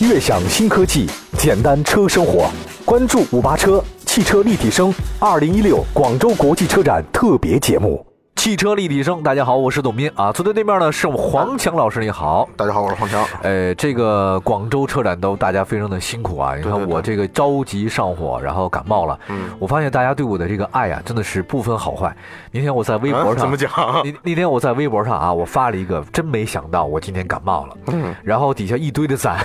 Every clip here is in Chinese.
悦享新科技，简单车生活。关注五八车汽车立体声二零一六广州国际车展特别节目。汽车立体声，大家好，我是董斌啊。坐在对面呢是我们黄强老师，你好。大家好，我是黄强。呃，这个广州车展都大家非常的辛苦啊！你对看对对我这个着急上火，然后感冒了。嗯我发现大家对我的这个爱啊，真的是不分好坏。那天我在微博上、啊怎么讲 那那天我在微博上啊，我发了一个，真没想到我今天感冒了。嗯然后底下一堆的赞，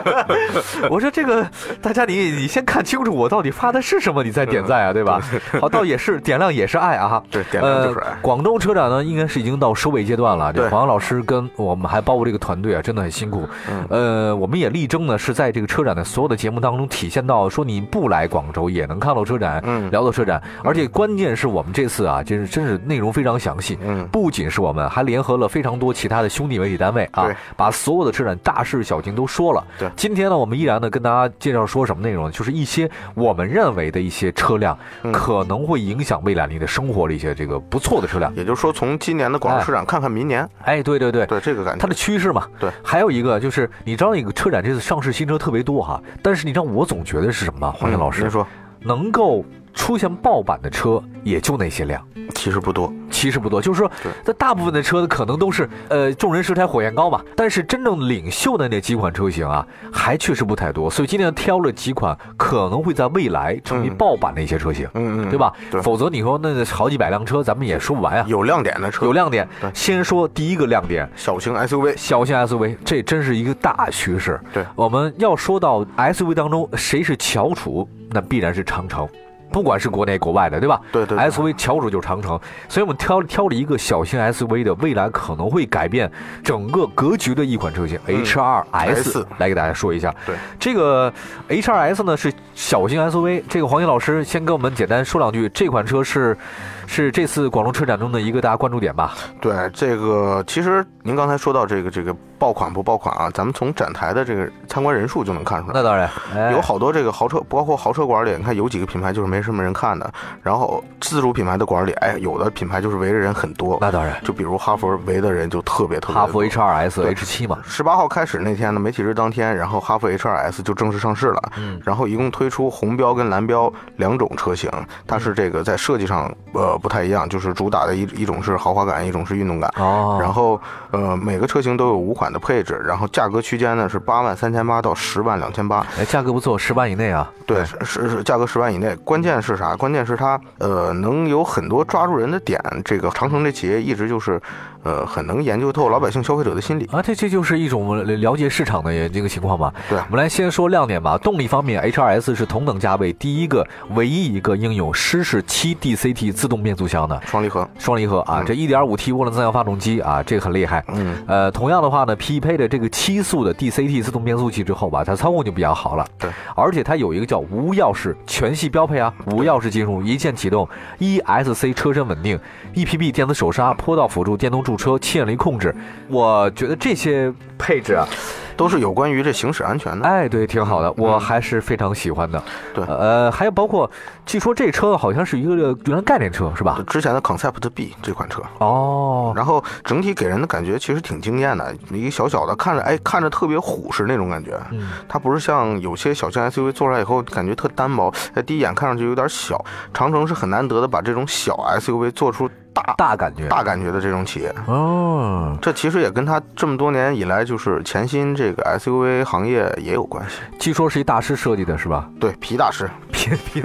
我说这个大家你你先看清楚我到底发的是什么，你再点赞啊，对吧？好，倒也是点亮也是爱啊，对点亮就是爱呃广州车展呢，应该是已经到收尾阶段了。这哎对黄老师跟我们还包括这个团队啊，真的很辛苦。嗯呃，我们也力争呢，是在这个车展的所有的节目当中体现到，说你不来广州也能看到车展，嗯聊到车展，而且关键是我们这次啊，真是真是内容非常详细。嗯不仅是我们，还联合了非常多其他的兄弟媒体单位啊对，把所有的车展大事小情都说了。对今天呢，我们依然呢跟大家介绍说什么内容呢，就是一些我们认为的一些车辆嗯可能会影响未来你的生活的一些这个不错的车辆。也就是说，从今年的广州车展看看明年，哎，对对对，嗯对这个感它觉的，趋势嘛。对还有一个就是，你知道那个车展这次上市新车特别多哈，但是你知道我总觉得是什么吗？黄嗯岩老师您，说能够出现爆版的车也就那些辆。其实不多，其实不多，就是说对，那大部分的车可能都是呃众人拾柴火焰高嘛，但是真正领袖的那几款车型啊，还确实不太多，所以今天挑了几款可能会在未来成为嗯爆版的一些车型，嗯嗯，对吧？对否则你说那好几百辆车，咱们也说不完呀、啊有亮点的车，有亮点对，先说第一个亮点，小型 SUV，小型 SUV，这真是一个大趋势。对我们要说到 SUV 当中谁是翘楚，那必然是长城，不管是国内国外的，对吧？对对对 SUV 翘楚就是长城，所以我们挑挑了一个小型 SUV 的未来可能会改变整个格局的一款车型、嗯 H2S， S 来给大家说一下。对，这个 H2S 呢是小型 SUV，这个黄英老师先跟我们简单说两句，这款车是是这次广州车展中的一个大家关注点吧？对这个，其实您刚才说到这个这个爆款不爆款啊，咱们从展台的这个参观人数就能看出来。那当然，哎有好多这个豪车，包括豪车馆里，你看有几个品牌就是没什么人看的，然后自主品牌的馆里，哎，有的品牌就是围着人很多，那当然。就比如哈佛围的人就特别特别多。哈弗 H 2 S 对 H 7嘛，十八号开始那天呢，媒体日当天，然后哈弗 H2S 就正式上市了。嗯然后一共推出红标跟蓝标两种车型，它嗯是这个在设计上呃不太一样，就是主打的一一种是豪华感，一种是运动感。哦，然后呃每个车型都有五款的配置，然后价格区间呢是八万三千八到十万两千八。哎，价格不错，十万以内啊，对，是是是价格十万以内。关键是啥？关键是它呃能有很多抓住人的点。这个长城这企业一直就是呃很能研究透老百姓消费者的心理。啊，这这就是一种了解市场的这个情况嘛。对我们来先说亮点吧。动力方面，H 2 S 是同等价位第一个唯一一个应有湿式七 DCT 自动变速箱的双离合，双离合啊，嗯这 1.5T 涡轮增压发动机啊，这个很厉害。嗯，呃，同样的话呢，匹配的这个七速的 DCT 自动变速器之后吧，它操控就比较好了。对，而且它有一个叫无钥匙全系标配啊，无钥匙进入，一键启动，ESC 车身稳定，EPB 电子手刹、坡道辅助、电动驻车、牵引力控制。我觉得这些配置啊，都是有关于这行驶安全的。哎，对，挺好的，我还是非常喜欢的。嗯对呃，还有包括，据说这车好像是一个原来概念车是吧？之前的 Concept B 这款车，哦，然后整体给人的感觉其实挺惊艳的，一个小小的，看着哎看着特别虎实那种感觉。嗯，它不是像有些小型 SUV 做出来以后感觉特单薄，哎第一眼看上去有点小。长城是很难得的把这种小 SUV 做出大大感觉，大感觉的这种企业。哦。这其实也跟它这么多年以来就是潜心这个 SUV 行业也有关系。据说是一大师设计的是吧？ 对，皮大师，皮皮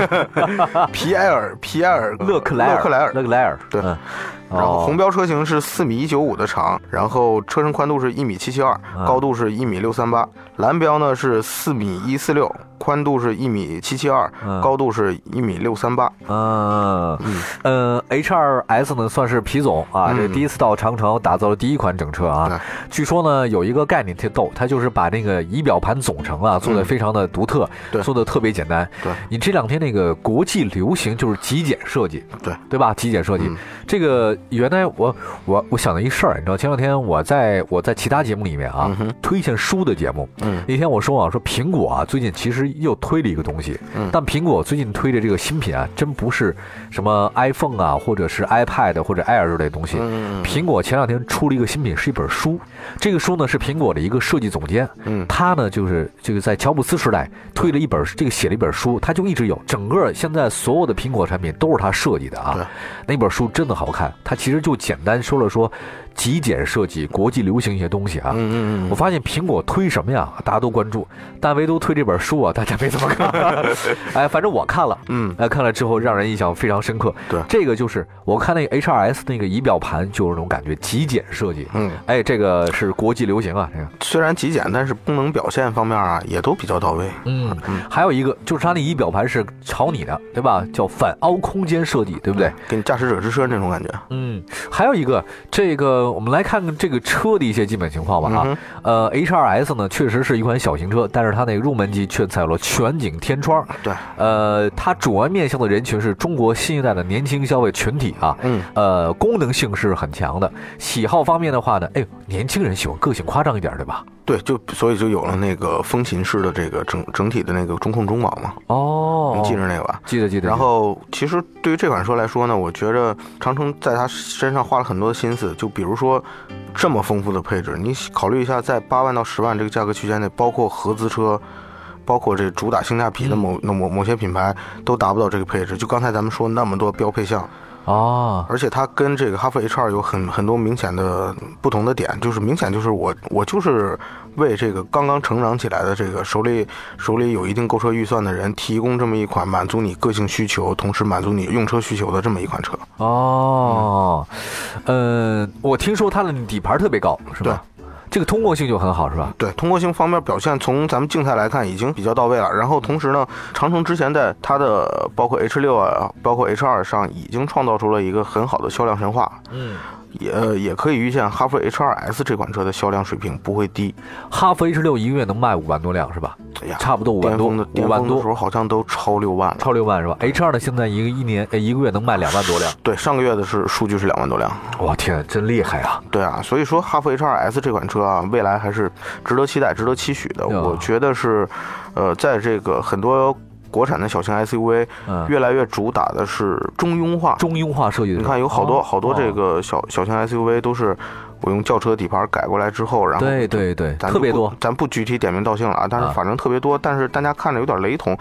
皮埃尔，皮埃尔啊勒克莱尔，勒克莱尔，勒克莱尔，对嗯然后红哦标车型是四米一九五的长，然后车身宽度是一米七七二，嗯高度是一米六三八。蓝标呢是四米一四六，宽度是一米七七二嗯，高度是一米六三八。嗯嗯，H 2 S 呢算是皮总啊，嗯这第一次到长城打造了第一款整车啊对。据说呢有一个概念特逗，它就是把那个仪表盘总成啊做的非常的独特，嗯对做的特别简单。对你这两天那个国际流行就是极简设计，对对吧？极简设计嗯，这个我原来我我我想了一事儿，你知道，前两天我在我在其他节目里面啊、嗯哼推荐书的节目，嗯那天我说啊，说苹果啊最近其实又推了一个东西，嗯但苹果最近推的这个新品啊，真不是什么 iPhone 啊，或者是 iPad 或者 Air 之类的东西。嗯苹果前两天出了一个新品，是一本书。这个书呢是苹果的一个设计总监，嗯他呢就是这个在乔布斯时代推了一本这个写了一本书，他就一直有。整个现在所有的苹果产品都是他设计的对啊。那本书真的好看，他其实就简单说了说极简设计、国际流行一些东西啊。嗯嗯我嗯，发现苹果推什么呀，大家都关注，但唯独推这本书啊，大家没怎么看。 哎，反正我看了，嗯哎，看了之后让人印象非常深刻。对这个就是我看那个 HRS 那个仪表盘，就是那种感觉，极简设计。嗯，哎，这个是国际流行啊，这个。虽然极简，但是功能表现方面啊也都比较到位。嗯，还有一个就是它那仪表盘是朝你的，对吧？叫反凹空间设计，对不对？给你驾驶者之车那种感觉。嗯，还有一个，这个我们来看看这个车的一些基本情况嗯吧啊。呃，H2S 呢确实是一款小型车，但是它那个入门级却采用了全景天窗。对，呃，它主要面向的人群是中国新一代的年轻消费群体啊。嗯，呃，功能性是很强的。喜好方面的话呢，哎，年轻人喜欢个性夸张一点，对吧？对，就所以就有了那个风琴式的这个整整体的那个中控中网嘛，哦你，记着那个吧。记得记得。然后，其实对于这款车来说呢，我觉着长城在它身上花了很多的心思。就比如说，这么丰富的配置，你考虑一下，在八万到十万这个价格区间内，包括合资车，包括这主打性价比的某、嗯那某某些品牌，都达不到这个配置。就刚才咱们说那么多标配项，啊，而且它跟这个哈弗 H 二有很很多明显的不同的点，就是明显就是我我就是为这个刚刚成长起来的这个手里手里有一定购车预算的人提供这么一款满足你个性需求，同时满足你用车需求的这么一款车。哦，呃，我听说它的底盘特别高，是吧？这个通过性就很好，是吧？对，通过性方面表现，从咱们静态来看已经比较到位了。然后同时呢，长城之前在它的包括 H 六啊，包括 H 二上已经创造出了一个很好的销量神话，嗯，也呃也可以预见哈弗 H 二 S 这款车的销量水平不会低。哈弗 H 六一个月能卖五万多辆，是吧？哎呀，差不多五万巅多，峰的五巅万峰的时多，候好像都超六万了。超六万是吧？H 二呢，现在一个一年呃一个月能卖两万多辆，对，上个月的是数据是两万多辆。我天，真厉害啊！对啊，所以说哈弗 H 2 S 这款车啊，未来还是值得期待、值得期许的。对啊我觉得是，呃，在这个很多国产的小型 SUV 嗯，越来越主打的是中庸化。中庸化设计的，你看，有好多哦好多这，个小小型 SUV 都是我用轿车底盘改过来之后，然哦后对对对，咱特别就不多。，咱不具体点名道姓了啊，但是啊反正特别多，但是大家看着有点雷同，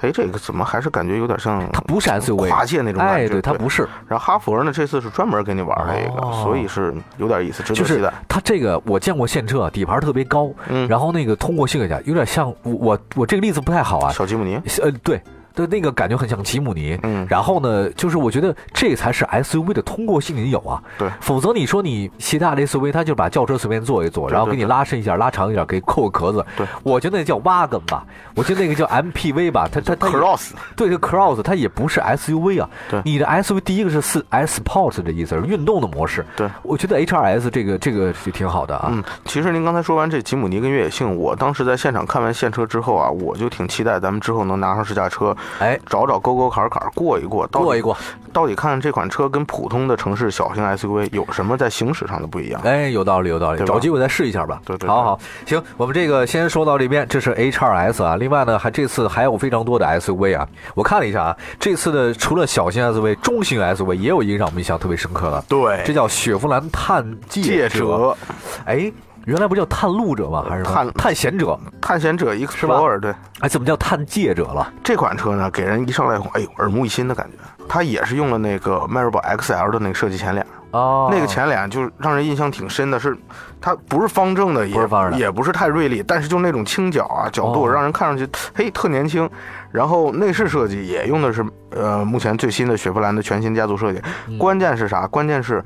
哎，这个怎么还是感觉有点像它不是 SUV，跨界那种感哎，觉？对，它不是，然后哈佛呢，这次是专门给你玩了一个，哦所以是有点意思，值就得期是待。它这个我见过现车啊，底盘特别高，嗯，然后那个通过性也强，有点像我我我这个例子不太好啊，小吉姆尼，呃，对对，那个感觉很像吉姆尼。嗯，然后呢，就是我觉得这才是 SUV 的通过性得有啊，对否则你说你携带的 SUV，它就把轿车随便坐一坐，对然后对给你拉伸一下、拉长一点，给扣个壳子。对，我觉得那叫 wagon 吧，我觉得那个叫 MPV 吧，它它它也 cross，对这个 cross 它也不是 SUV 啊。对你的 SUV 第一个是四 S Sport 的意思，是运动的模式。对，我觉得 HRS 这个这个是挺好的啊。嗯，其实您刚才说完这吉姆尼跟越野性，我当时在现场看完现车之后啊，我就挺期待咱们之后能拿上试驾车，哎，找找沟沟坎坎过一过，到底过一，过，到底看这款车跟普通的城市小型 SUV 有什么在行驶上的不一样？哎，有道理，有道理，对吧找机会再试一下吧。对对对好好，行，我们这个先说到这边，这是 H 2 S 啊。另外呢，还这次还有非常多的 SUV 啊。我看了一下啊，这次的除了小型 SUV，中型 SUV 也有一个让我们印象特别深刻的，这对，叫雪佛兰探借界者。者哎，原来不叫探路者吗？还是什么探探险者？探险者吧 Explorer，对，哎，怎么叫探界者了？这款车呢，给人一上来，哎呦，耳目一新的感觉。它也是用了那个迈锐宝 XL 的那个设计前脸，哦，那个前脸就是让人印象挺深的是，它不是方正的，也不是方正的也不是太锐利，但是就那种倾角啊角度，哦让人看上去嘿特年轻。然后内饰设计也用的是呃目前最新的雪佛兰的全新家族设计。嗯关键是啥？关键是。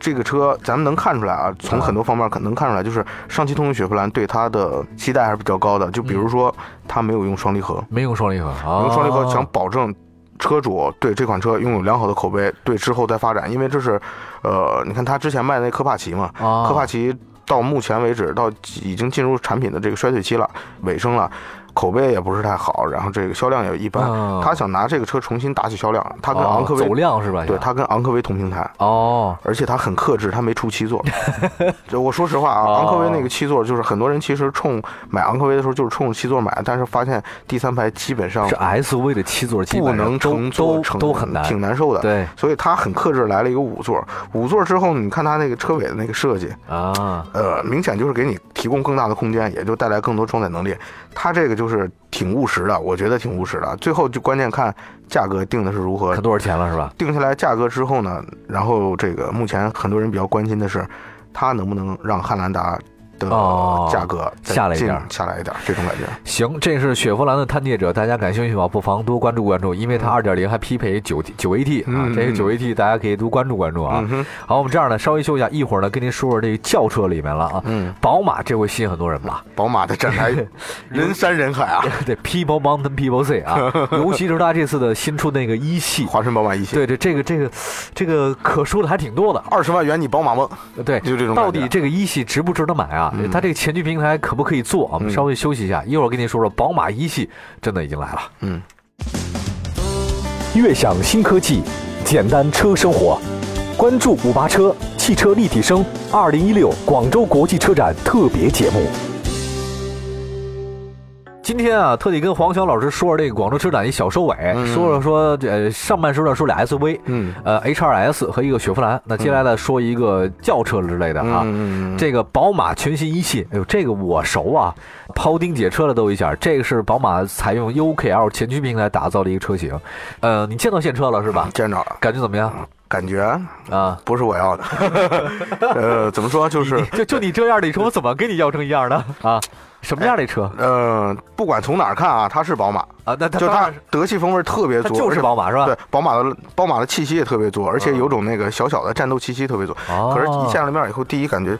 这个车咱们能看出来啊，从啊很多方面可能看出来，就是上汽通用雪佛兰对它的期待还是比较高的。就比如说，它没有用双离合，没用双离合，哦用用双离合想保证车主对这款车拥有良好的口碑，对之后再发展，因为这是，呃，你看他之前卖那科帕奇嘛，啊，科帕奇到目前为止到已经进入产品的这个衰退期了，尾声了。口碑也不是太好，然后这个销量也一般。嗯他想拿这个车重新打起销量，他跟昂科哦威、走量是吧？对，他跟昂科威同平台。哦，而且他很克制，他没出七座。 这我说实话哦啊，昂科威那个七座就是很多人其实冲买昂科威的时候就是冲着七座买，但是发现第三排基本上是 SUV 的七座基不本上能乘坐都乘都都很难，挺难受的。对所以他很克制，来了一个五座。五座之后，你看他那个车尾的那个设计，啊，呃，明显就是给你提供更大的空间，也就带来更多装载能力。它这个就是挺务实的，我觉得挺务实的。最后就关键看价格定的是如何看，多少钱了是吧？定下来价格之后呢，然后这个目前很多人比较关心的是，它能不能让汉兰达的哦价格再下来一进点儿下来一点儿，这种感觉。行，这是雪佛兰的探界者，大家感兴趣吗？不妨多关注关注，因为它二点零还匹配九九 AT 啊，嗯这个嗯九 AT 大家可以多关注关注啊。嗯哼，好，我们这样呢，稍微休息一下，一会儿呢跟您说说这个轿车里面了啊。嗯，宝马这回吸引很多人吧？宝马的展台人山人海啊， 对，People E Mountain People Sea 啊，尤其是它这次的新出那个一系，华晨宝马一系，对对，这个这个这个可说的还挺多的。二十万元你宝马梦，对，就这种到感觉嗯底这个一系值不值得买啊？它这个前驱平台可不可以做？啊我们稍微休息一下，一会儿跟您说说宝马一系真的已经来了。嗯。悦享新科技，简单车生活。关注五八车汽车立体声，二零一六广州国际车展特别节目。今天啊，特地跟黄晓老师说说这个广州车展一小收尾，说了说呃上半时段说俩 SUV，嗯呃 H2S 和一个雪佛兰，那接下来呢说一个轿车之类的啊，嗯嗯嗯这个宝马全新一系，哎呦，这个我熟啊，庖丁解车了都一下。这个是宝马采用 UKL 前驱平台打造的一个车型，呃，你见到现车了是吧？见着了，感觉怎么样感觉啊？不是我要的。 呃，怎么说就是你 就就你这样的车，我怎么跟你要成一样的啊？什么样的车呃，不管从哪儿看啊，它是宝马，啊？那它就当它然是，德系风味儿特别它足，就是宝马是吧？对，宝马的宝马的气息也特别足，而且有种那个小小的战斗气息特别足。哦可是，一见了面以后，第一感觉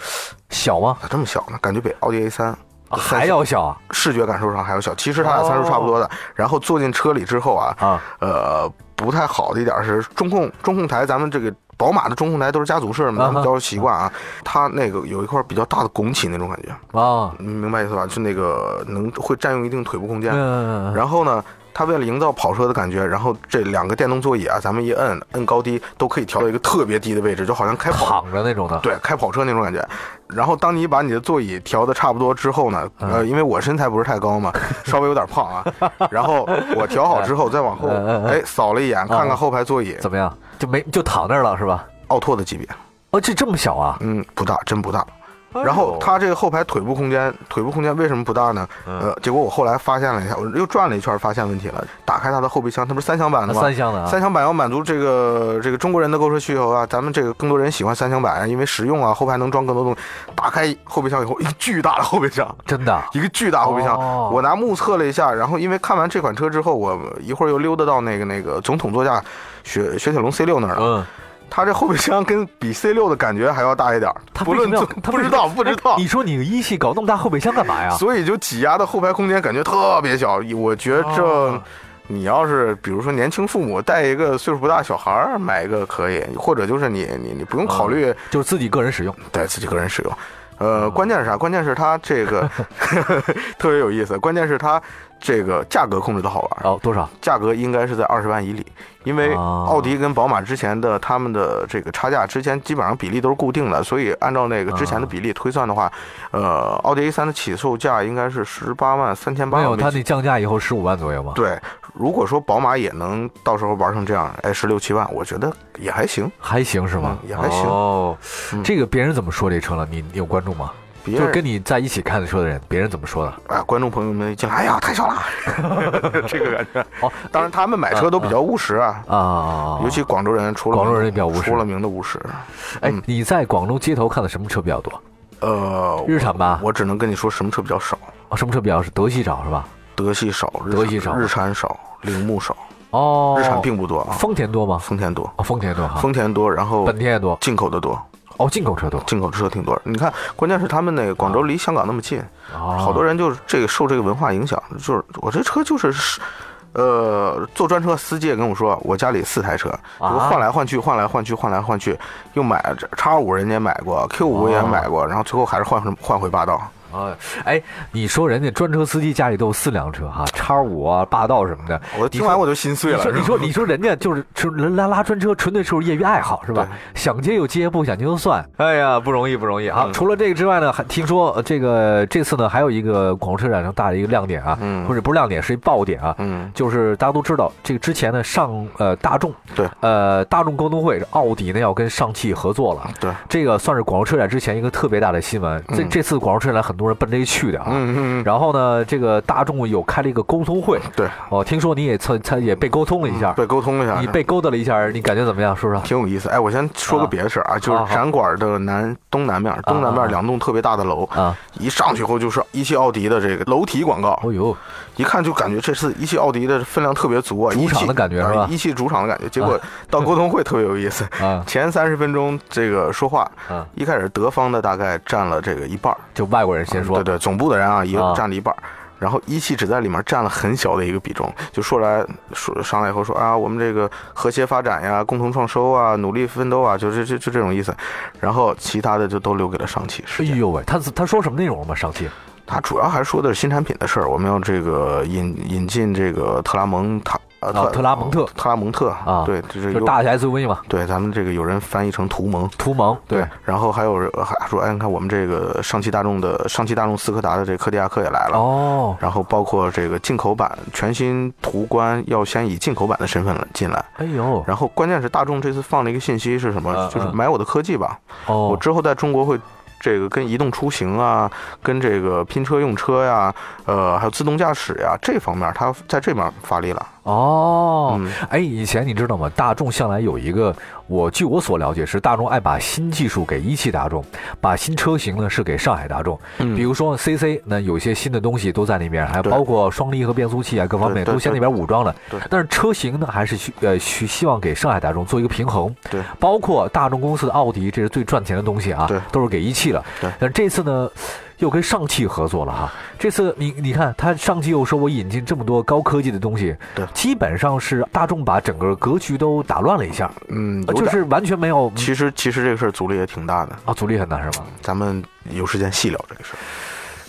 小吗？咋这么小呢？感觉比奥迪 A 3啊还要小啊？视觉感受上还要小。其实它俩参数差不哦多的。然后坐进车里之后啊，啊呃，不太好的一点是中控中控台，咱们这个。宝马的中控台都是家族式的嘛，啊哈咱们比较习惯啊。它那个有一块比较大的拱起那种感觉，啊，你明白意思吧？就那个能会占用一定腿部空间。嗯，然后呢，它为了营造跑车的感觉，然后这两个电动座椅啊，咱们一摁摁高低都可以调到一个特别低的位置，就好像开跑躺着那种的，对开跑车那种感觉。然后当你把你的座椅调的差不多之后呢，嗯呃，因为我身材不是太高嘛，稍微有点胖啊，然后我调好之后再往后嗯嗯嗯嗯哎扫了一眼，看看后排座椅，怎么样？就没就躺那儿了是吧？奥拓的级别，哦，这这么小啊？嗯，不大，真不大。哎然后它这个后排腿部空间，腿部空间为什么不大呢？嗯呃，结果我后来发现了一下，我又转了一圈，发现问题了。打开它的后备箱，它不是三厢版那的吗？三厢的啊，三厢版要满足这个这个中国人的购车需求啊，咱们这个更多人喜欢三厢版，因为实用啊，后排能装更多东西。打开后备箱以后，一个巨大的后备箱，真的啊一个巨大后备箱。哦我拿目测了一下，然后因为看完这款车之后，我一会儿又溜达到那个那个总统座驾雪雪铁龙 C 六那儿了。嗯。它这后备箱跟比 C 六的感觉还要大一点儿，他不为什论么要总他不为知什道么不知哎道你。说你一系搞那么大后备箱干嘛呀？所以就挤压的后排空间感觉特别小，我觉哦着你要是比如说年轻父母带一个岁数不大小孩儿买一个可以，或者就是你你你不用考虑就是自己个人使用，带自己个人使用。呃，关键是啥？关键是它这个 特别有意思，关键是它这个价格控制的好玩儿，哦，多少？价格应该是在二十万以里，因为哦奥迪跟宝马之前的他们的这个差价之前基本上比例都是固定的，所以按照那个之前的比例推算的话，呃，奥迪 A 3的起售价应该是十八万三千八没有，百它美金。那降价以后十五万左右吗？对，如果说宝马也能到时候玩成这样，哎，十六七万，我觉得也还行。还行是吗？嗯也还行哦，嗯这个别人怎么说这车了？你你有关注吗？别就是人跟你在一起看的车的人，别人怎么说的？啊、观众朋友们一进来，哎呀，太小了， 这个感觉。哦当然，他们买车都比较务实啊，啊，尤其广州人，除了广州人也比较务实出了名的务实。哎，嗯你在广州街头看的什么车比较多？呃，日产吧，我只能跟你说，什么车比较少。哦，什么车比较是德系少是吧？德系少，日德系少日产少，铃木少，哦，日产并不多啊，丰田多吗？丰田多，哦，丰田多哈，丰田多，然后本田也多，进口的多，哦，进口车多，进口车挺多。你看，关键是他们那个广啊州离香港那么近，好好多人就是这个受这个文化影响，就是我这车就是是。呃，坐专车司机也跟我说，我家里四台车，啊我换来换去，换来换去，换来换去，又买叉五人家买过，Q 五也买过，然后最后还是换回换回霸道。啊，哎，你说人家专车司机家里都有四辆车哈，叉五啊、霸道什么的，我听完我就心碎你了。说你是吧说你说人家就是就是人拉拉专车，纯粹是业余爱好是吧？想接就接，不想接就算。哎呀，不容易不容易啊！嗯除了这个之外呢，还听说呃这个这次呢还有一个广州车展上大的一个亮点啊，嗯或者不是亮点，是一爆点啊。嗯，就是大家都知道，这个之前呢，上呃大众对呃大众沟通会，奥迪呢要跟上汽合作了，对，这个算是广州车展之前一个特别大的新闻。这嗯这次广州车展很多人奔这个去的啊。嗯嗯嗯，然后呢，这个大众有开了一个沟通会，对，嗯哦，听说你也参参也被沟通了一下，对，沟啊通一下，你被勾搭了一下，你感觉怎么样，叔叔？挺有意思。哎，我先说个啊别的事儿啊，就好是好展馆的南东南面，东南啊啊面两栋特别大的楼，啊，一上去以后就是一汽奥迪的这个楼体广告，哦呦，一看就感觉这次一汽奥迪的分量特别足啊，主一汽场的感觉啊是吧一汽主场的感觉。结果到沟通会特别有意思，啊前三十分钟这个说话，啊，一开始德方的大概占了这个一半儿，就外国人先说，对对，总部的人啊也啊占了一半儿。然后一汽只在里面占了很小的一个比重，就说来说上来以后说啊，我们这个和谐发展呀，共同创收啊，努力奋斗啊，就这就就这种意思。然后其他的就都留给了上汽。哎呦喂，他他说什么内容了吗？上期它主要还说的是新产品的事儿，我们要这个引引进这个特拉蒙塔呃啊特拉蒙特特拉蒙特啊对，这是就有大的 SUV 嘛，对咱们这个有人翻译成图蒙。途盟，对，，然后还有人还说，哎，你看我们这个上汽大众的上汽大众斯柯达的这个柯迪亚克也来了，哦，然后包括这个进口版全新途观要先以进口版的身份了进来，哎呦，然后关键是大众这次放了一个信息是什嗯么？嗯就是买我的科技吧，我哦，之后在中国会这个跟移动出行啊，跟这个拼车用车呀，呃，还有自动驾驶呀这方面，它在这面发力了。哦。嗯，哎，以前你知道吗？大众向来有一个，我据我所了解是，大众爱把新技术给一汽大众，把新车型呢是给上海大众。嗯比如说 CC，那有些新的东西都在里面，还对包括双离合变速器啊，各方面对对都先那边武装了对。但是车型呢，还是需呃需希望给上海大众做一个平衡。对，包括大众公司的奥迪，这是最赚钱的东西啊，对都是给一汽了。对但这次呢，又跟上汽合作了哈。这次你你看，他上汽又说我引进这么多高科技的东西，对基本上是大众把整个格局都打乱了一下，嗯，有呃就点。是完全没有其实其实这个事儿阻力也挺大的，啊阻力很大是吗？咱们有时间细聊这个事儿。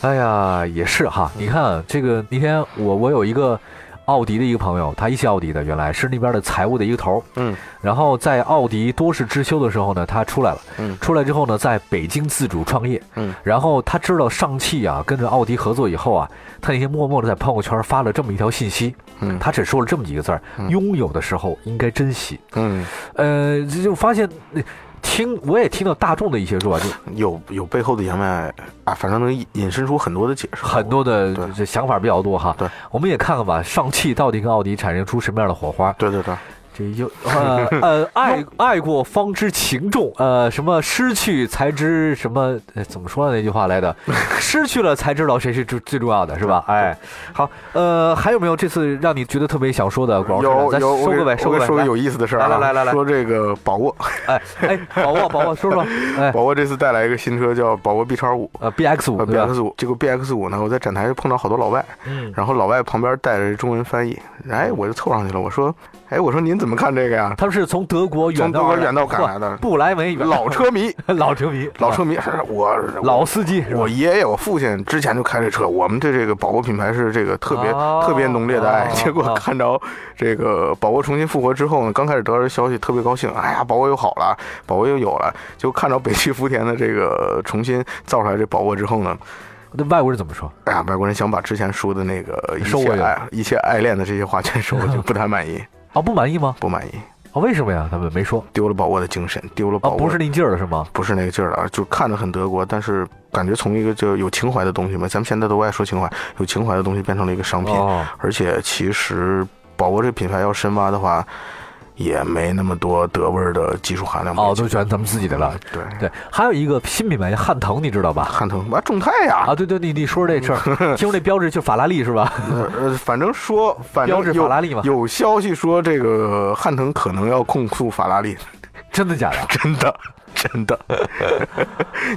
哎呀，也是哈，嗯你看这个那天我我有一个奥迪的一个朋友，他一汽奥迪的，原来是那边的财务的一个头儿，嗯然后在奥迪多事之秋的时候呢，他出来了，嗯出来之后呢，在北京自主创业，嗯，然后他知道上汽啊跟着奥迪合作以后啊，他那天默默的在朋友圈发了这么一条信息，嗯他只说了这么几个字儿：嗯拥有的时候应该珍惜。嗯，呃，这就发现。呃听，我也听到大众的一些说法，就有有背后的言外啊，反正能引引申出很多的解释。很多的对这想法比较多哈。对，我们也看看吧，上汽到底跟奥迪产生出什么样的火花？对对对，这又呃 呃，爱爱过方知情重，呃，什么失去才知什么，呃怎么说那句话来 的？失去了才知道谁是最最重要的，是吧？哎，好，呃，还有没有这次让你觉得特别想说的广告？有咱有，收我给个呗，收我个给呗，说个来有意思的事儿啊，来来来来说这个宝沃，哎哎，宝沃宝沃，说 说，哎宝沃这次带来一个新车叫宝沃 B 叉五。呃，B X 五呃对吧？ ，BX 五，这个 BX 五呢，我在展台碰到好多老外，嗯，然后老外旁边带着中文翻译，哎，我就凑上去了，我说，哎，我说您怎么看这个呀？他们是从德国从远德道国而来远道赶嚯来的，不来梅远老车迷，老车迷老是吧车迷，我老司机是吧我爷爷我父亲之前就开这车，我们对这个宝沃品牌是这个特别哦特别浓烈的爱哦。结果哦看着这个宝沃重新复活之后呢，刚开始得到消息特别高兴，哎呀，宝沃又好了，宝沃又有了。就看着北汽福田的这个重新造出来这宝沃之后呢，那外国人怎么说？哎呀，外国人想把之前说的那个一收切回去爱一切爱恋的这些话全收回去，不太满意，啊，不满意吗？不满意，啊，为什么呀？他们没说丢了宝沃的精神，丢了啊，宝沃不是那劲儿了是吗？不是那个劲儿了，就看着很德国，但是感觉从一个就有情怀的东西嘛，咱们现在都爱说情怀，有情怀的东西变成了一个商品，哦，而且其实宝沃这品牌要深挖的话，也没那么多德味儿的技术含量。哦，都选咱们自己的了。对，对，还有一个新品牌叫汉腾，你知道吧？汉腾啊，众泰呀、啊，对对，你你说这事 儿，听说这标志就是法拉利是吧？呃呃，反正说，反标志正法啊有拉利嘛，有消息说这个汉腾可能要控诉法拉利， 真的假的？真的，真的。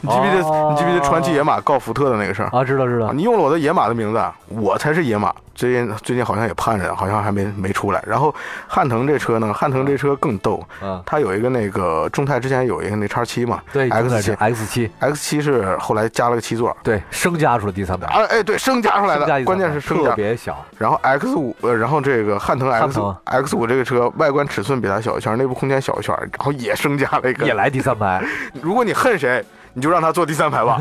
你记不记得？你记不记得川崎野马告福特的那个事儿？啊，知道知啊道，你用了我的野马的名字，啊我才是野马。最近最近好像也判着，好像还没没出来。然后汉腾这车呢，汉腾这车更逗，嗯，它有一个那个众泰之前有一个那叉七嘛，对七，X 七 X 七， X 七是后来加了个七座，对，升加出了第三排，啊哎对，升加出来升啊加一层的，关键是升啊特加。别小，然后 X 五呃，然后这个汉腾汉 X 腾 X 五这个车外观尺寸比它小一圈，内部空间小一圈，然后也升加了一也个。来第三 排。如果你恨谁，你就让他坐第三 排吧，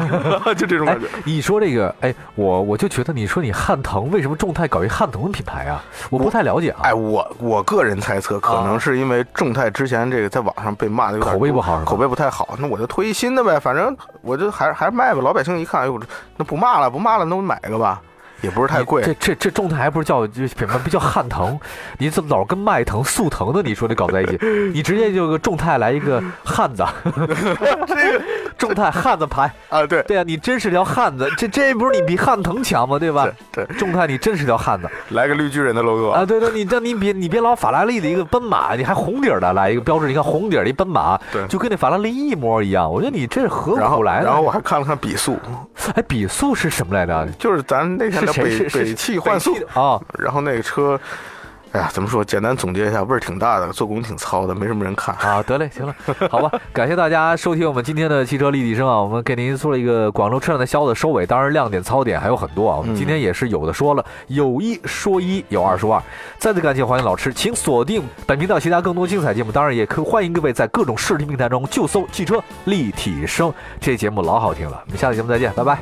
就这种哎感觉。，你说这个，哎，我我就觉得你说你汉腾为什么众泰搞一汉腾的品牌啊？我不太了解啊哎，。我我个人猜测，可能是因为众泰之前这个在网上被骂的有点口碑不好是吧口碑不太好。那我就推一新的呗，反正我就还还是卖吧。老百姓一看，哎呦，那不骂了，不骂了，那我买个吧，也不是太贵哎这。这这众泰还不是叫就品牌不叫汉腾，你怎么老跟迈腾、速腾的你说你搞在一起？你直接就个众泰来一个汉 子，这个众泰汉子牌，啊，对对啊，你真是条汉子，这这不是你比汉腾强吗？对吧对？对，众泰你真是条汉子来个绿巨人的 logo，啊！对对，你这你别你别老法拉利的一个奔马，你还红底儿的来一个标志，你看红底儿的一奔马，对就跟那法拉利一模一样。我觉得你这是何然苦后来的然后？我还看了看比速，哎，比速是什么来着？就是咱那天是的谁北是是北汽幻速北汽，的啊？然后那个车，哎呀，怎么说？简单总结一下，味儿挺大的，做工挺糙的，没什么人看。好，啊得嘞，行了，好吧，感谢大家收听我们今天的汽车立体声啊，我们给您做了一个广州车展的小的收尾，当然亮点槽点还有很多啊，我们今天也是有的说了，有一说一，有二说二，再次感谢黄岩老师，请锁定本频道其他更多精彩节目，当然也可以欢迎各位在各种视听平台中就搜汽车立体声，这节目老好听了，我们下期节目再见，拜拜。